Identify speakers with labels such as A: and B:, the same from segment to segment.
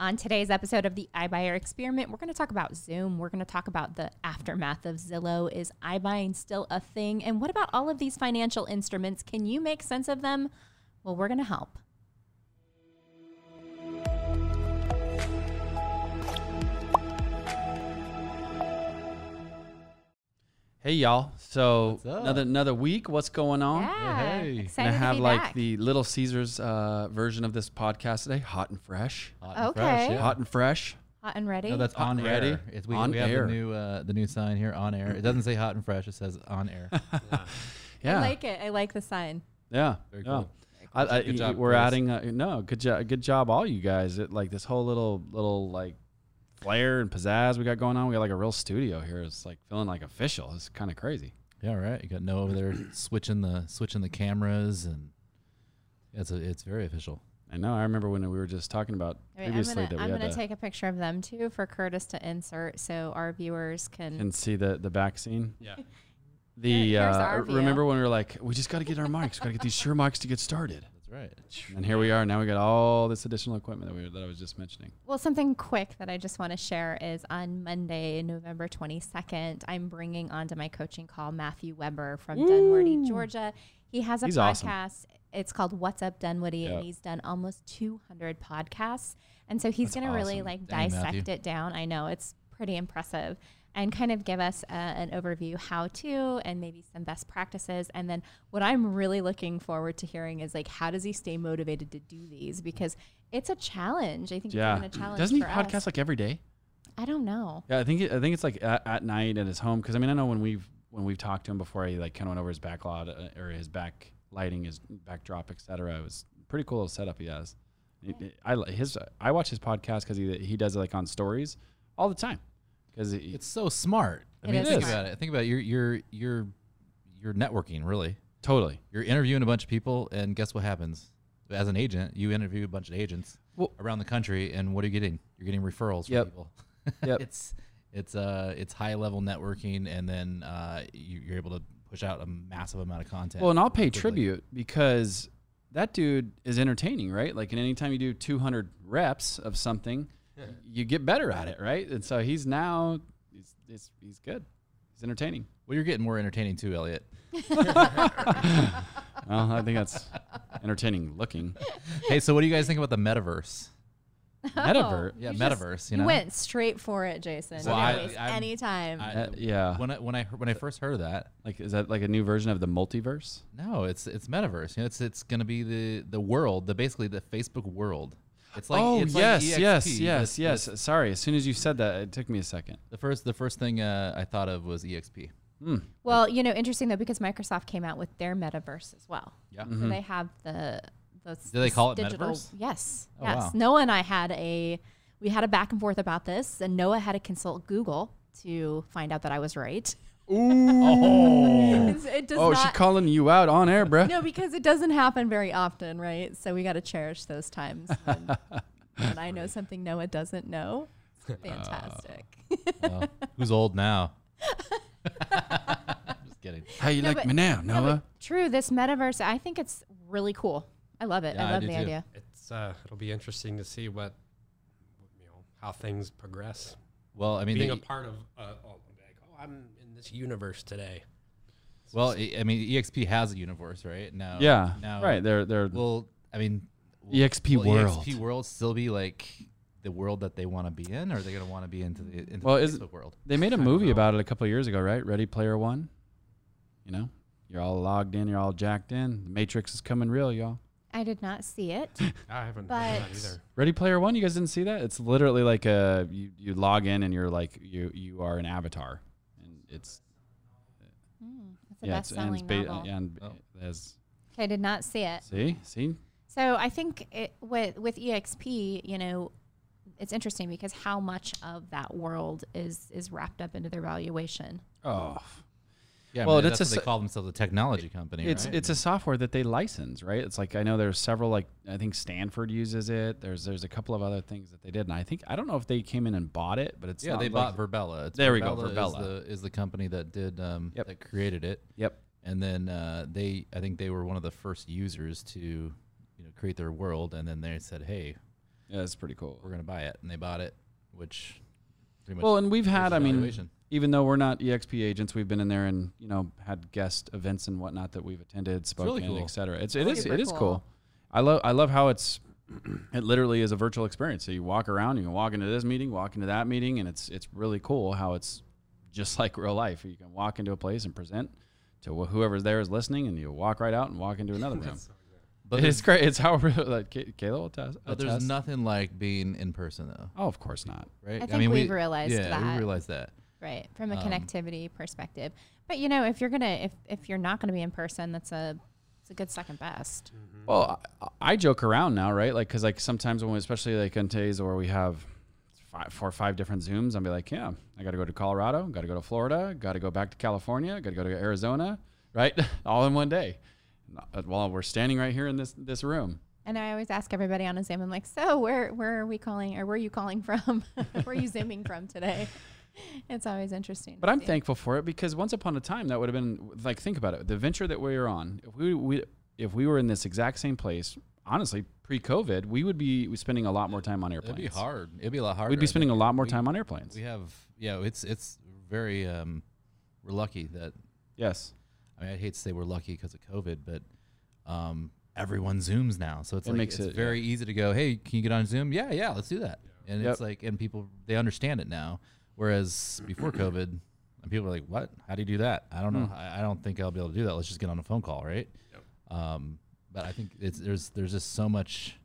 A: On today's episode of the iBuyer Experiment, we're going to talk about Zoom. We're going to talk about the aftermath of Zillow. Is iBuying still a thing? And what about all of these financial instruments? Can you make sense of them? Well, we're going to help.
B: Hey y'all! So
C: What's up?
B: another another week. What's going on?
A: Yeah,
C: hey.
B: And
A: excited
B: I have
A: to be
B: like
A: back.
B: the Little Caesars uh, version of this podcast today, hot and fresh.
C: Hot and fresh,
A: Okay.
C: yeah.
B: Hot and fresh.
A: hot and ready.
C: No, that's
B: On
C: on, air.
B: ready.
C: It's we,
B: On
C: we have
B: air.
C: the new uh, the new sign here on air. It doesn't say hot and fresh. It says on air.
B: Yeah,
A: I like it. I like the sign.
B: yeah,
C: Very
B: yeah.
C: cool.
B: I, I,
C: Good job,
B: we're
C: Chris.
B: adding uh, no good job, good job, all you guys. It, like this whole little little like flair and pizzazz we got going on. We got like a real studio here. It's like feeling like official. It's kind of crazy.
C: yeah, right. You got Noah over there switching the switching the cameras, and it's a, it's very official.
B: I know. I remember when we were just talking about
A: All right, I'm
B: previously
A: gonna,
B: that we
A: I'm
B: had
A: gonna
B: to-
A: take a picture of them too for Curtis to insert so our viewers can.
B: and see the the back scene.
C: Yeah.
B: The
A: Mm-hmm. Here- here's
B: uh,
A: our view.
B: remember when we were like, we just got to get our mics, got to get these sure mics to get started.
C: That's right.
B: And here we are. Now we got all this additional equipment that we were, that I was just mentioning.
A: well, something quick that I just want to share is on Monday, November 22nd, I'm bringing onto my coaching call Matthew Weber from Dunwoody, Georgia. He has a
B: He's
A: podcast.
B: awesome.
A: It's called What's Up Dunwoody,
B: Yep.
A: and he's done almost 200 podcasts. And so he's
B: That's
A: going to really
B: awesome.
A: like
C: Dang,
A: dissect
C: Matthew.
A: it down. I know it's pretty impressive and kind of give us uh, an overview how to and maybe some best practices and then what i'm really looking forward to hearing is like how does he stay motivated to do these because it's a challenge i think it's
B: yeah.
A: been a challenge
B: Doesn't he
A: for
B: podcast
A: us.
B: like every day?
A: i don't know
B: Yeah, I think it, I think it's like at, at night at his home. Because I mean, I know when we've when we've talked to him before, he like kind of went over his backlot uh, or his back lighting, his backdrop, etc. It was pretty cool little setup he has. It- it- I li- his I watch his podcast because he he does it like on stories all the time. Because
C: It's so smart. I
A: It
C: mean,
A: is
C: think
A: smart.
C: about it. Think about it. You're you're you're you're networking really.
B: totally
C: You're interviewing a bunch of people, and guess what happens? As an agent, you interview a bunch of agents
B: Well-
C: around the country, and what are you getting? You're getting referrals
B: Yep.
C: from people.
B: Yep.
C: it's it's uh it's high level networking, and then uh, you, you're able to push out a massive amount of content.
B: Well, and I'll pay
C: quickly.
B: tribute because that dude is entertaining, right? Like, and anytime you do 200 reps of something, you get better at it, right? And so he's now, he's, he's, he's good. He's entertaining.
C: Well, you're getting more entertaining too, Elliot.
B: Well, I think that's entertaining looking.
C: hey, so what do you guys think about the metaverse?
B: Metaverse.
C: Yeah,
A: You just-
C: metaverse. you
A: you
C: know,
A: went straight for it jason
C: Well,
A: you
C: I-
A: didn't waste
C: I'm-
A: any time
C: I-
B: Uh, yeah.
C: when I when I heard- when I first heard of that,
B: Like, is that like a new version of the multiverse?
C: no, it's it's metaverse. You know, it's it's gonna be the the world, the basically the Facebook world. It's like
B: oh,
C: it's like
B: yes,
C: E EXP,
B: yes,
C: but-
B: yes,
C: but
B: yes. Sorry. As soon as you said that, it took me a second.
C: The first the first thing uh, I thought of was EXP.
A: well you know interesting though because microsoft came out with their metaverse as well
C: Yeah.
A: So they have the the.
C: Mm-hmm. Do they call it metaverse?
A: Yes.
C: Oh,
A: yes.
C: wow.
A: Noah and I had a we had a back and forth about this, and Noah had to consult Google to find out that I was right.
B: Ooh.
A: It's- it does
B: oh, she
A: not.
B: calling you out on air, bruh.
A: no, because it doesn't happen very often, right? So we got to cherish those times when, when I know something Noah doesn't know. It's fantastic.
C: Uh. Well, who's old now? Just kidding.
B: How you
A: No,
B: like
A: but-
B: me now,
A: No,
B: Noah?
A: but true. This metaverse, I think it's really cool. I love it.
C: Yeah,
A: I
C: I
A: love
C: do
A: the
C: too.
A: idea.
D: it's uh, it'll be interesting to see what you know how things progress.
C: Well, I mean,
D: Being
C: the- E,
D: a part of uh, oh, like, oh, I'm in this universe today.
C: well, I I mean, EXP has a universe, right? Now,
B: yeah.
C: Now,
B: right. They're, they're,
C: Well, I mean, will-
B: EXP
C: will
B: world.
C: EXP world still be like the world that they want to be in, or are they going to want to be into the into
B: Well,
C: the
B: isn't-
C: Facebook world?
B: They made a movie about it a couple of years ago, right? Ready Player One. You know, you're all logged in, you're all jacked in. The Matrix is coming real, y'all.
A: I did not see it.
D: I haven't
A: But-
D: heard that either.
B: Ready Player One. You guys didn't see that? It's literally like a you, you log in and you're like you you are an avatar, and it's
A: It's the
B: yeah, it's, and it's
A: best-selling
B: ba-
A: novel.
B: and
C: Oh.
B: it has
A: I did not see it.
B: see see
A: So I think it, with with EXP, you know, it's interesting because how much of that world is is wrapped up into their valuation.
B: oh
C: Yeah,
B: Well,
C: well,
B: that's a
C: that's, what
B: s-
C: they call themselves a technology company.
B: It's
C: right?
B: it's a software that they license, right? It's like I know there's several like I think Stanford uses it. There's there's a couple of other things that they did, and I think I don't know if they came in and bought it, but it's
C: yeah,
B: not
C: they
B: like-
C: bought Verbella. It's
B: There we go,
C: Is
B: Virbela.
C: the, is the company that did um,
B: Yep.
C: that created it,
B: Yep.
C: and then uh, they I think they were one of the first users to you know create their world, and then they said, hey,
B: Yeah, it's pretty cool.
C: We're gonna buy it, and they bought it, which pretty much
B: Well, and we've had, I mean,
C: valuation.
B: even though we're not EXP agents, we've been in there and you know had guest events and whatnot that we've attended, spoken,
C: really cool.
B: et cetera. It's it is
A: Super
B: it is cool.
A: cool.
B: I love I love how it's it literally is a virtual experience. So you walk around, you can walk into this meeting, walk into that meeting, and it's it's really cool how it's just like real life. You can walk into a place and present to wh- whoever's there is listening, and you walk right out and walk into another room.
C: but
B: it's
C: there's,
B: great. It's how real, like Kay- Kayla will test.
C: but Oh, there's
B: attest.
C: nothing like being in person though,
B: Oh, of course not.
C: right?
A: I think we've realized
C: yeah, we
A: that.
C: realized that.
A: Right, from a
C: Um,
A: connectivity perspective. But you know, if you're gonna if if you're not gonna be in person, that's a it's a good second best.
C: Mm.
B: Well, I, I joke around now, right? Like, cause like sometimes when, we, especially like on days where we have five, four or five different Zooms, I'll be like, yeah, I got to go to Colorado, got to go to Florida, got to go back to California, got to go to Arizona, right? All in one day, Uh, while we're standing right here in this this room.
A: And I always ask everybody on a Zoom, I'm like, so where where are we calling or where are you calling from? where are you zooming from today? It's always interesting. to
B: But I'm
A: see.
B: thankful for it because once upon a time that would have been like think about it. The venture that we were on, if we, we if we were in this exact same place, honestly, pre-COVID, we would be spending a lot more time on
C: It'd
B: airplanes.
C: be hard. It'd be a lot harder.
B: We'd
C: I
B: be spending a
C: think.
B: lot more
C: We-
B: time on airplanes.
C: We have, yeah. It's it's very um, we're lucky that
B: yes.
C: I mean, I hate to say we're lucky because of COVID, but um, everyone zooms now, so it's
B: It
C: like
B: makes
C: it's
B: it,
C: very easy to go. Hey, can you get on Zoom? Yeah, yeah, let's do that. And
B: Yep.
C: it's like, and people they understand it now. Whereas before COVID, and people are like, "What? How do you do that? I don't
B: Hmm.
C: know. I, I don't think I'll be able to do that. Let's just get on a phone call, right?" Um, but I think it's there's there's just so much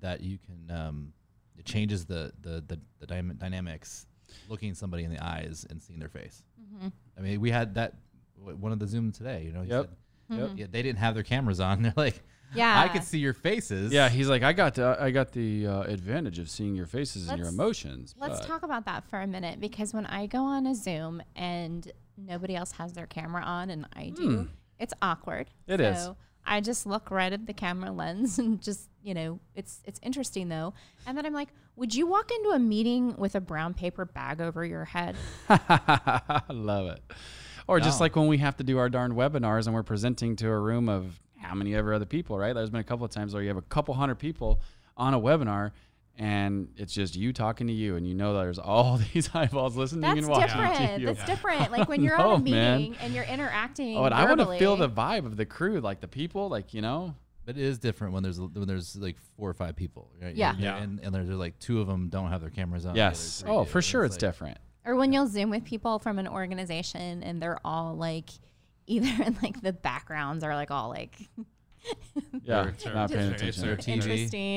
C: that you can um, it changes the the the, the dyna- dynamics looking somebody in the eyes and seeing their face.
A: Mm-hmm.
C: I mean, we had that w- one of the Zoom today. You know, he
B: Yep.
C: said-
B: Yep.
C: yeah, they didn't have their cameras on. They're like,
A: Mm-hmm. Yeah.
C: I could see your faces.
B: Yeah, he's like, I got the, I got the uh, advantage of seeing your faces and your
A: Let's-
B: emotions.
A: Let's
B: but-
A: talk about that for a minute because when I go on a Zoom and nobody else has their camera on and I do, it's awkward.
B: Hmm. It
A: It
B: is.
A: is. I just look right at the camera lens and just, you know, it's it's interesting though. And then I'm like, would you walk into a meeting with a brown paper bag over your head?
B: I love it. Or just
C: No.
B: like when we have to do our darn webinars and we're presenting to a room of how many ever other people, right? There's been a couple of times where you have a couple hundred people on a webinar and it's just you talking to you and you know there's all these eyeballs listening
A: That's
B: and watching
A: different.
B: to you.
A: That's different. Like when you're on a
B: know, man.
A: meeting and you're interacting.
B: Oh, and I want to feel
A: verbally.
B: the vibe of the crew, like the people, like you know.
C: But it is different when there's when there's like four or five people. Right?
A: Yeah.
C: And,
D: Yeah.
C: and, and there's like two of them don't have their cameras on. the other
B: Yes.
C: three
B: Oh,
C: do.
B: for sure, it's
C: like-
B: different.
A: Or when you'll Zoom with people from an organization and they're all like, either in like the backgrounds are like all like,
B: Yeah,
D: Sure,
B: not
D: sure.
B: paying
D: It's-
B: attention.
C: Their
D: It's
C: TV,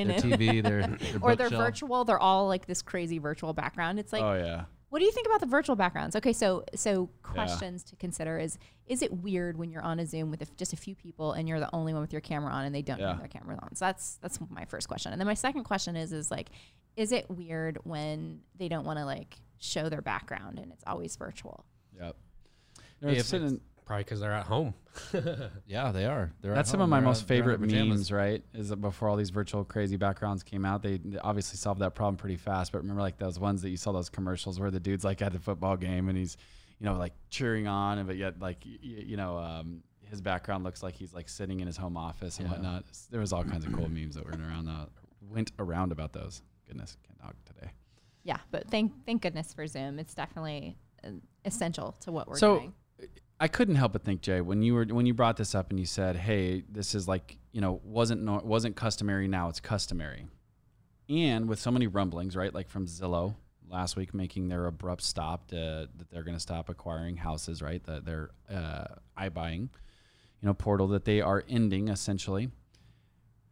A: interesting.
C: Their TV, their, their
A: or they're
C: bookshelf.
A: virtual, they're all like this crazy virtual background. It's like,
B: oh yeah.
A: what do you think about the virtual backgrounds? Okay, so so questions to consider is is it weird when you're on a Zoom with a f just a few people and you're the only one with your camera on and they don't
B: Yeah.
A: have their cameras on? So that's that's my first question. And then my second question is is like is it weird when they don't want to like show their background and it's always virtual?
B: Yep.
C: Hey,
B: it's
C: if
B: sitting-
D: Probably because they're at home.
C: Yeah, they are. They're at
B: that's some
C: home.
B: of my
C: They're
B: most
C: out- they're out in
B: favorite
C: pajamas.
B: memes, right? Is that before all these virtual crazy backgrounds came out, they they obviously solved that problem pretty fast. But remember, like those ones that you saw those commercials where the dude's like at the football game and he's, you know, like cheering on, and but yet like y- y- you know, um, his background looks like he's like sitting in his home office and
C: Yeah.
B: whatnot. S- There was all kinds of cool memes that were around that went around about those. Goodness, can't talk today.
A: Yeah, but thank thank goodness for Zoom. It's definitely uh, essential to what we're
B: so
A: doing.
B: I couldn't help but think, Jay, when you were when you brought this up and you said, "Hey, this is like you know wasn't nor wasn't customary. Now it's customary," and with so many rumblings, right, like from Zillow last week making their abrupt stop to, that they're going to stop acquiring houses, right, that they're uh, i buying, you know, portal that they are ending essentially.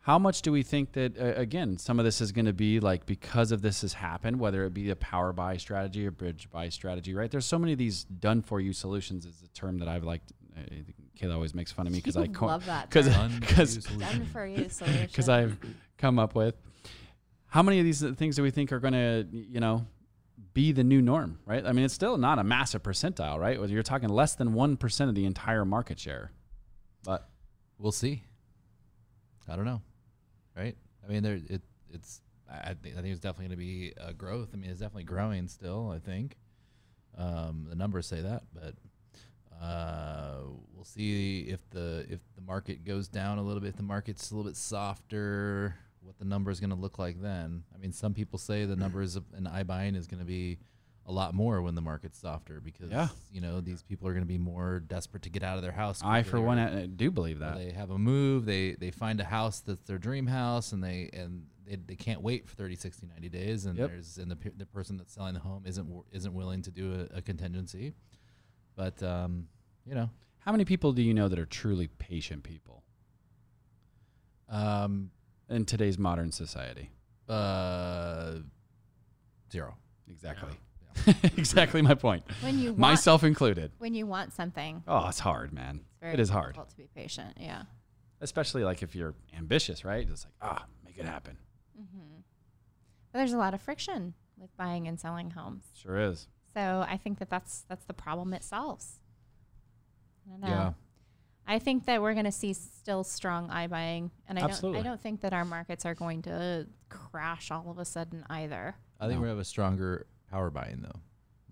B: How much do we think that uh, again some of this is going to be like because of this has happened, whether it be a power buy strategy or bridge buy strategy, right? There's so many of these done for you solutions is a term that I've liked. Uh, Kayla always makes fun of me because I
A: You
B: co-
A: love that.
B: because
A: term.
C: Done
B: because
C: for you
A: done
C: solution.
A: for you solution.
B: because I've come up with. How many of these things do we think are going to, you know, be the new norm, right? I mean, it's still not a massive percentile, right? You're talking less than 1% of the entire market share. But
C: We'll see. I don't know, right? I mean, there it it's. I I think I think it's definitely going to be a growth. I mean, it's definitely growing still. I think um, the numbers say that, but uh, we'll see if the if the market goes down a little bit. If the market's a little bit softer, what the number is going to look like then. I mean, some people say the numbers of an iBuying is going to be a lot more when the market's softer because
B: Yeah.
C: you know these people are going to be more desperate to get out of their house.
B: I,
C: quickly,
B: for one,
C: right?
B: uh, do believe
C: Or
B: that.
C: They have a move. They they find a house that's their dream house, and they and they, they can't wait for 30, 60, 90 days. And
B: Yep.
C: there's and the, pe- the person that's selling the home isn't wi- isn't willing to do a, a contingency. But um, you know,
B: How many people do you know that are truly patient people
C: um,
B: in today's modern society?
C: uh, zero.
B: Exactly.
C: Yeah.
B: exactly my point.
A: When you want,
B: Myself included.
A: when you want something,
B: Oh, it's hard, man.
A: it's very
B: It is hard.
A: difficult to be patient. Yeah.
B: Especially like if you're ambitious, right? It's like, ah, make it happen.
A: hmm But there's a lot of friction with buying and selling homes.
B: Sure is.
A: So I think that that's that's the problem it solves. I don't know.
C: Yeah.
A: I think that we're going to see still strong eye buying, and I
B: Absolutely.
A: don't. I don't think that our markets are going to crash all of a sudden either.
C: I think
B: No.
C: we have a stronger power buying though.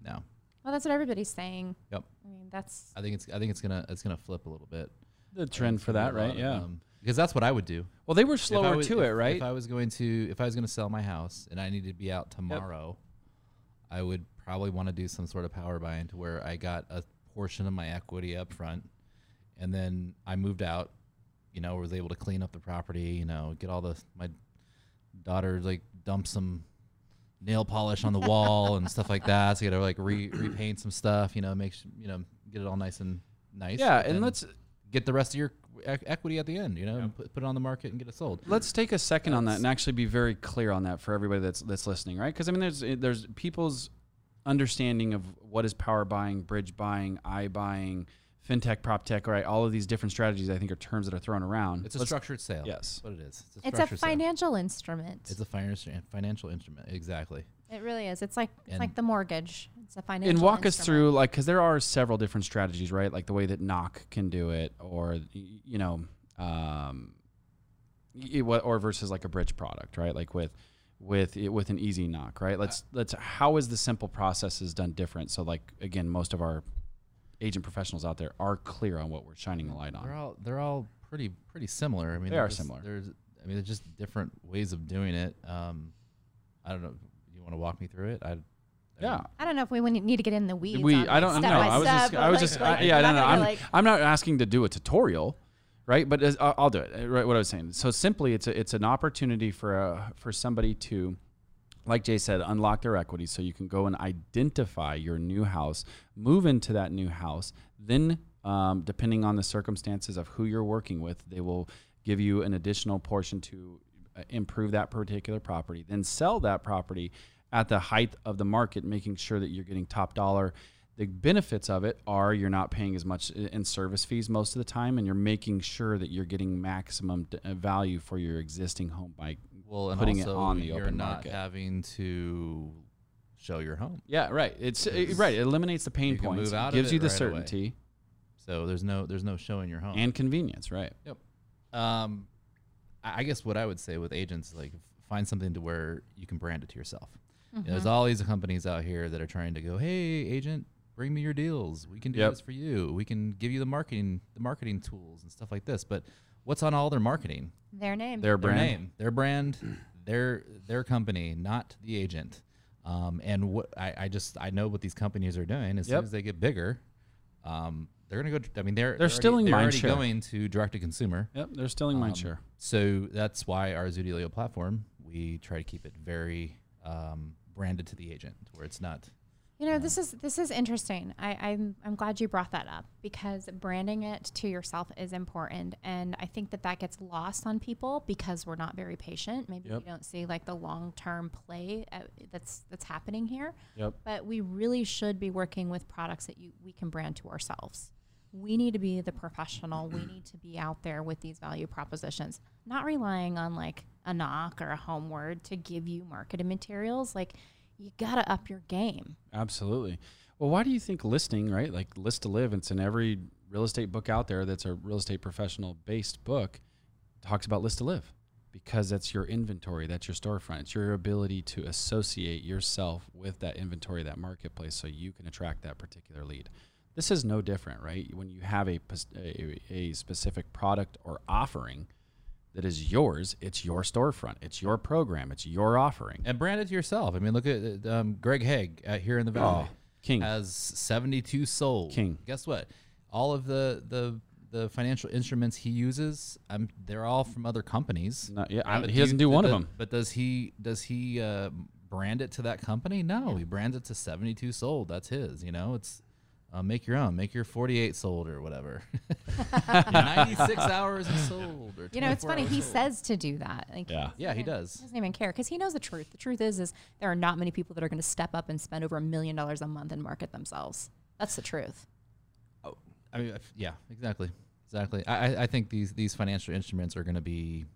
C: Now,
A: Well, that's what everybody's saying.
C: Yep.
A: I mean, that's
C: I think it's I think it's gonna it's gonna flip a little bit.
B: The trend for that, right? Yeah.
C: because that's what I would do.
B: well, they were
C: Um, If I
B: slower
C: was-
B: to
C: if-
B: it, right?
C: If I was going to, if I was going to sell my house and I needed to be out tomorrow, I would probably want to do some sort of power buying to where I got a portion of my equity up front, and then I moved out. You know, was able to clean up the property. You know, get all the my daughter like dump some nail polish on the wall and stuff like that. So you got to like re- repaint some stuff. You know, make su- you know get it all nice and nice.
B: yeah,
C: but
B: and
C: then
B: let's
C: get the rest of your e- equity at the end. You know, and put, put it on the market and get it sold.
B: Let's take a second on that and actually be very clear on that for everybody that's that's listening, right? Because I mean, there's there's people's understanding of what is power buying, bridge buying, i buying, fintech, prop tech, right? All of these different strategies, I think, are terms that are thrown around.
C: It's a
B: Let's-
C: structured sale.
B: Yes.
C: That's what it is. It's a,
A: it's a
C: structured sale.
A: financial instrument.
C: It's a financial financial instrument. Exactly.
A: it really is. It's like it's
C: And-
A: like the mortgage. It's a financial.
B: And walk us
A: instrument.
B: through, like, because there are several different strategies, right? Like the way that knock can do it, or y- you know, um, y- what or versus like a bridge product, right? Like with with it with an easy knock,
C: Uh,
B: right? Let's let's how is the simple processes done different? So like again, most of our agent professionals out there are clear on what we're shining a light on.
C: They're all they're all pretty pretty similar. I mean,
B: They are
C: there's-
B: similar.
C: There's I mean, they're just different ways of doing it. Um, I don't know. You want to walk me through it? I, I
B: Yeah,
C: mean,
A: I don't know if we wouldn't need to get in the weeds.
B: we.
A: on,
B: I
A: like,
B: don't know.
A: step by
B: I was
A: step,
B: just. I
A: but,
B: was
A: like-
B: just.
A: like,
B: I, yeah, I
A: we're
B: don't
A: not
B: know.
A: gonna
B: I'm,
A: like-
B: I'm not asking to do a tutorial, right? But as, I'll, I'll do it. Right, what I was saying. So simply, it's a, it's an opportunity for a, for somebody to, like Jay said, unlock their equity, so you can go and identify your new house, move into that new house, then. Um, depending on the circumstances of who you're working with, they will give you an additional portion to uh, improve that particular property, then sell that property at the height of the market, making sure that you're getting top dollar. The benefits of it are you're not paying as much i- in service fees most of the time, and you're making sure that you're getting maximum d- uh, value for your existing home by
C: well, and
B: putting it
C: also
B: on the
C: you're
B: open
C: not
B: market.
C: having to show your home.
B: yeah, right. It's uh,
C: It's-
B: right. It eliminates the pain
C: you can
B: points,
C: move out of
B: gives
C: it
B: you the
C: right away.
B: certainty
C: So there's no there's no showing your home.
B: and convenience. Right.
C: Um, I I guess what I would say with agents is, like find something to where you can brand it to yourself. You know, there's all these companies out here that are trying to go, hey agent, bring me your deals. We can do
B: Yep.
C: this for you. We can give you the marketing the marketing tools and stuff like this. But what's on all their marketing?
A: their name.
B: Their brand.
C: Their name, their brand, their their company, not the agent. Um, and what I, I just I know what these companies are doing. As
B: Yep.
C: soon as they get bigger, um, they're gonna go. I mean, they're already-
B: stealing
C: they're
B: mind
C: already
B: share.
C: going to direct to consumer.
B: Yep. They're stealing my
C: Um,
B: share.
C: So that's why our Zoodealio platform, we try to keep it very um, branded to the agent, where it's not.
A: You know, this is this is interesting. I, I'm I'm glad you brought that up because branding it to yourself is important, and I think that that gets lost on people because we're not very patient. Maybe
B: Yep.
A: we don't see like the long term play uh, that's that's happening here.
B: Yep.
A: But we really should be working with products that you we can brand to ourselves. We need to be the professional. we need to be out there with these value propositions, not relying on like a knock or a home word to give you marketing materials. Like you gotta up your game.
B: Absolutely. Well, why do you think listing, right? Like list to live, it's in every real estate book out there that's a real estate professional based book talks about list to live because that's your inventory, that's your storefront, it's your ability to associate yourself with that inventory, that marketplace, so you can attract that particular lead. This is no different, right? When you have a, pos- a, a specific product or offering, that is yours. It's your storefront. It's your program. It's your offering.
C: and brand it to yourself. I mean, look at uh, um, Greg Haig out here in the valley.
B: Oh, King.
C: has 72 sold.
B: King.
C: Guess what? All of the the the financial instruments he uses, um, they're all from other companies.
B: No, yeah, I-
C: But
B: he doesn't do one of
C: but-
B: them.
C: But does he does he uh, brand it to that company? No, he brands it to 72 sold. That's his. You know, it's uh, make your own, make your 48 sold or whatever. 96 hours is sold. Or
A: You know, it's
C: 24
A: funny.
C: hours
A: He
C: sold.
A: says to do that. Like,
B: Yeah.
A: he
C: Yeah, he
A: doesn't-
C: does.
A: He doesn't even care because he knows the truth. The truth is, is there are not many people that are going to step up and spend over a million dollars a month and market themselves. That's the truth.
C: Oh, I mean, if- yeah, exactly, exactly. I, I- I think these these financial instruments are going to be,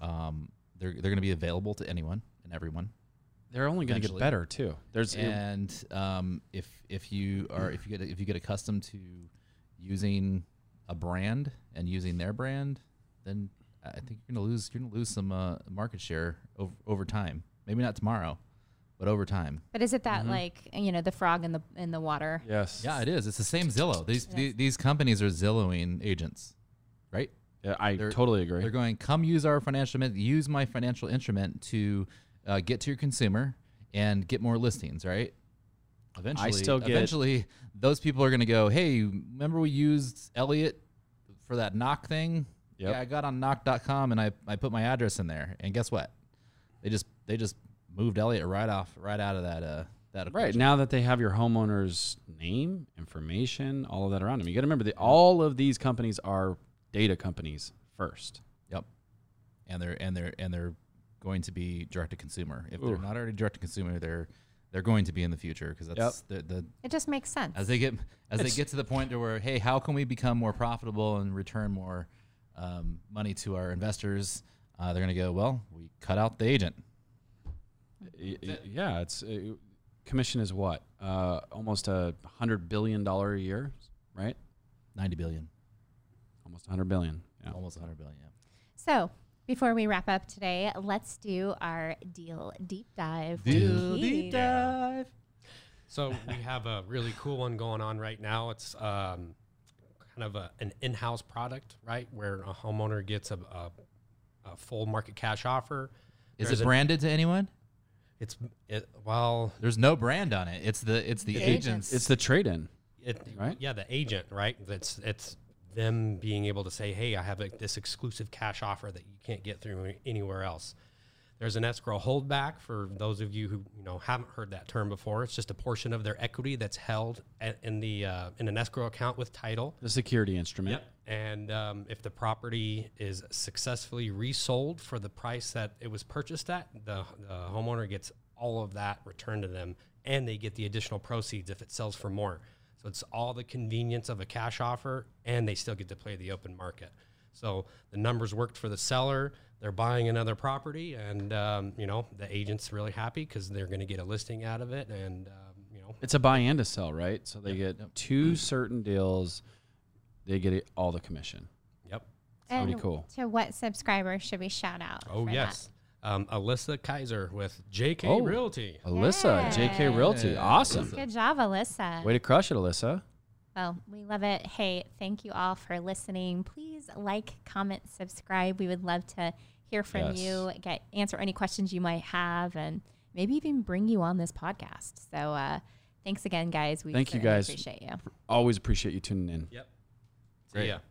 C: um, they're they're going to be available to anyone and everyone.
B: They're only going to get
C: Eventually.
B: better too. There's
C: And um, if if you are if you get if you get accustomed to using a brand and using their brand, then I think you're going to lose you're going to lose some uh, market share over over time. Maybe not tomorrow, but over time.
A: But is it that like you know the frog in the in the water?
B: yes.
C: Yeah, it is. It's the same Zillow. These the- these companies are Zillowing agents, right?
B: Yeah, I
C: They're-
B: totally agree.
C: They're going, come use our financial instrument, use my financial instrument to uh, get to your consumer and get more listings, right? Eventually,
B: still get-
C: eventually those people are going to go, hey, remember we used Elliot for that knock thing?
B: Yep.
C: Yeah, I got on knock.com and I, I put my address in there. And guess what? They just they just moved Elliot right off right out of that uh that
B: Right
C: equation.
B: now that they have your homeowner's name, information, all of that around them, you got to remember that all of these companies are data companies first.
C: Yep. And they're and they're and they're going to be direct to consumer. If they're
B: Oof.
C: not already direct to consumer, they're they're going to be in the future because that's the, the
A: It just makes sense.
C: as they get as they get to the point to where hey, how can we become more profitable and return more um, money to our investors? Uh, they're going to go well. We cut out the agent.
B: Y- y- Yeah, it's uh, commission is what uh, almost a hundred billion dollar a year, right?
C: Ninety billion,
B: Almost a hundred billion. Yeah.
C: almost a hundred billion. Yeah.
A: so before we wrap up today, let's do our deal deep dive. for the week.
C: dive.
D: So we have a really cool one going on right now. It's um, kind of a, an in-house product, right, where a homeowner gets a, a, a full market cash offer.
C: Is
D: There's
C: it
D: a-
C: branded to anyone?
D: It's it, well,
C: There's no brand on it. It's the it's the,
A: The
C: agents.
A: agents.
B: It's the trade in.
D: it,
B: Right?
D: yeah, the agent, right? That's it's them being able to say, "Hey, I have a, this exclusive cash offer that you can't get through anywhere else." There's an escrow holdback for those of you who you know haven't heard that term before. It's just a portion of their equity that's held a- in the uh, in an escrow account with title.
B: the security instrument.
D: And um, if the property is successfully resold for the price that it was purchased at, the, the homeowner gets all of that returned to them and they get the additional proceeds if it sells for more. So it's all the convenience of a cash offer and they still get to play the open market. So the numbers worked for the seller. They're buying another property and, um, you know, the agent's really happy because they're going to get a listing out of it. And, um, you know,
B: It's a buy and a sell, right? So they get two certain deals. They get it, all the commission.
D: yep.
B: pretty
A: And
B: cool.
A: To what subscribers should we shout out?
D: Oh,
A: for
D: yes. Um, Alyssa Kaiser with JK
B: Oh.
D: Realty.
B: Alyssa, JK Realty,
C: Yeah.
A: that?
B: awesome.
A: Good job, Alyssa.
B: Way to crush it, Alyssa.
A: Well, we love it. Hey, thank you all for listening. Please like, comment, subscribe. We would love to hear from
B: Yes.
A: you, get answer any questions you might have, and maybe even bring you on this podcast. So, uh, thanks again, guys. We
B: Thank you,
A: certainly
B: guys.
A: Appreciate you.
B: Always appreciate you tuning in.
D: Yep.
C: Great.
D: Yeah.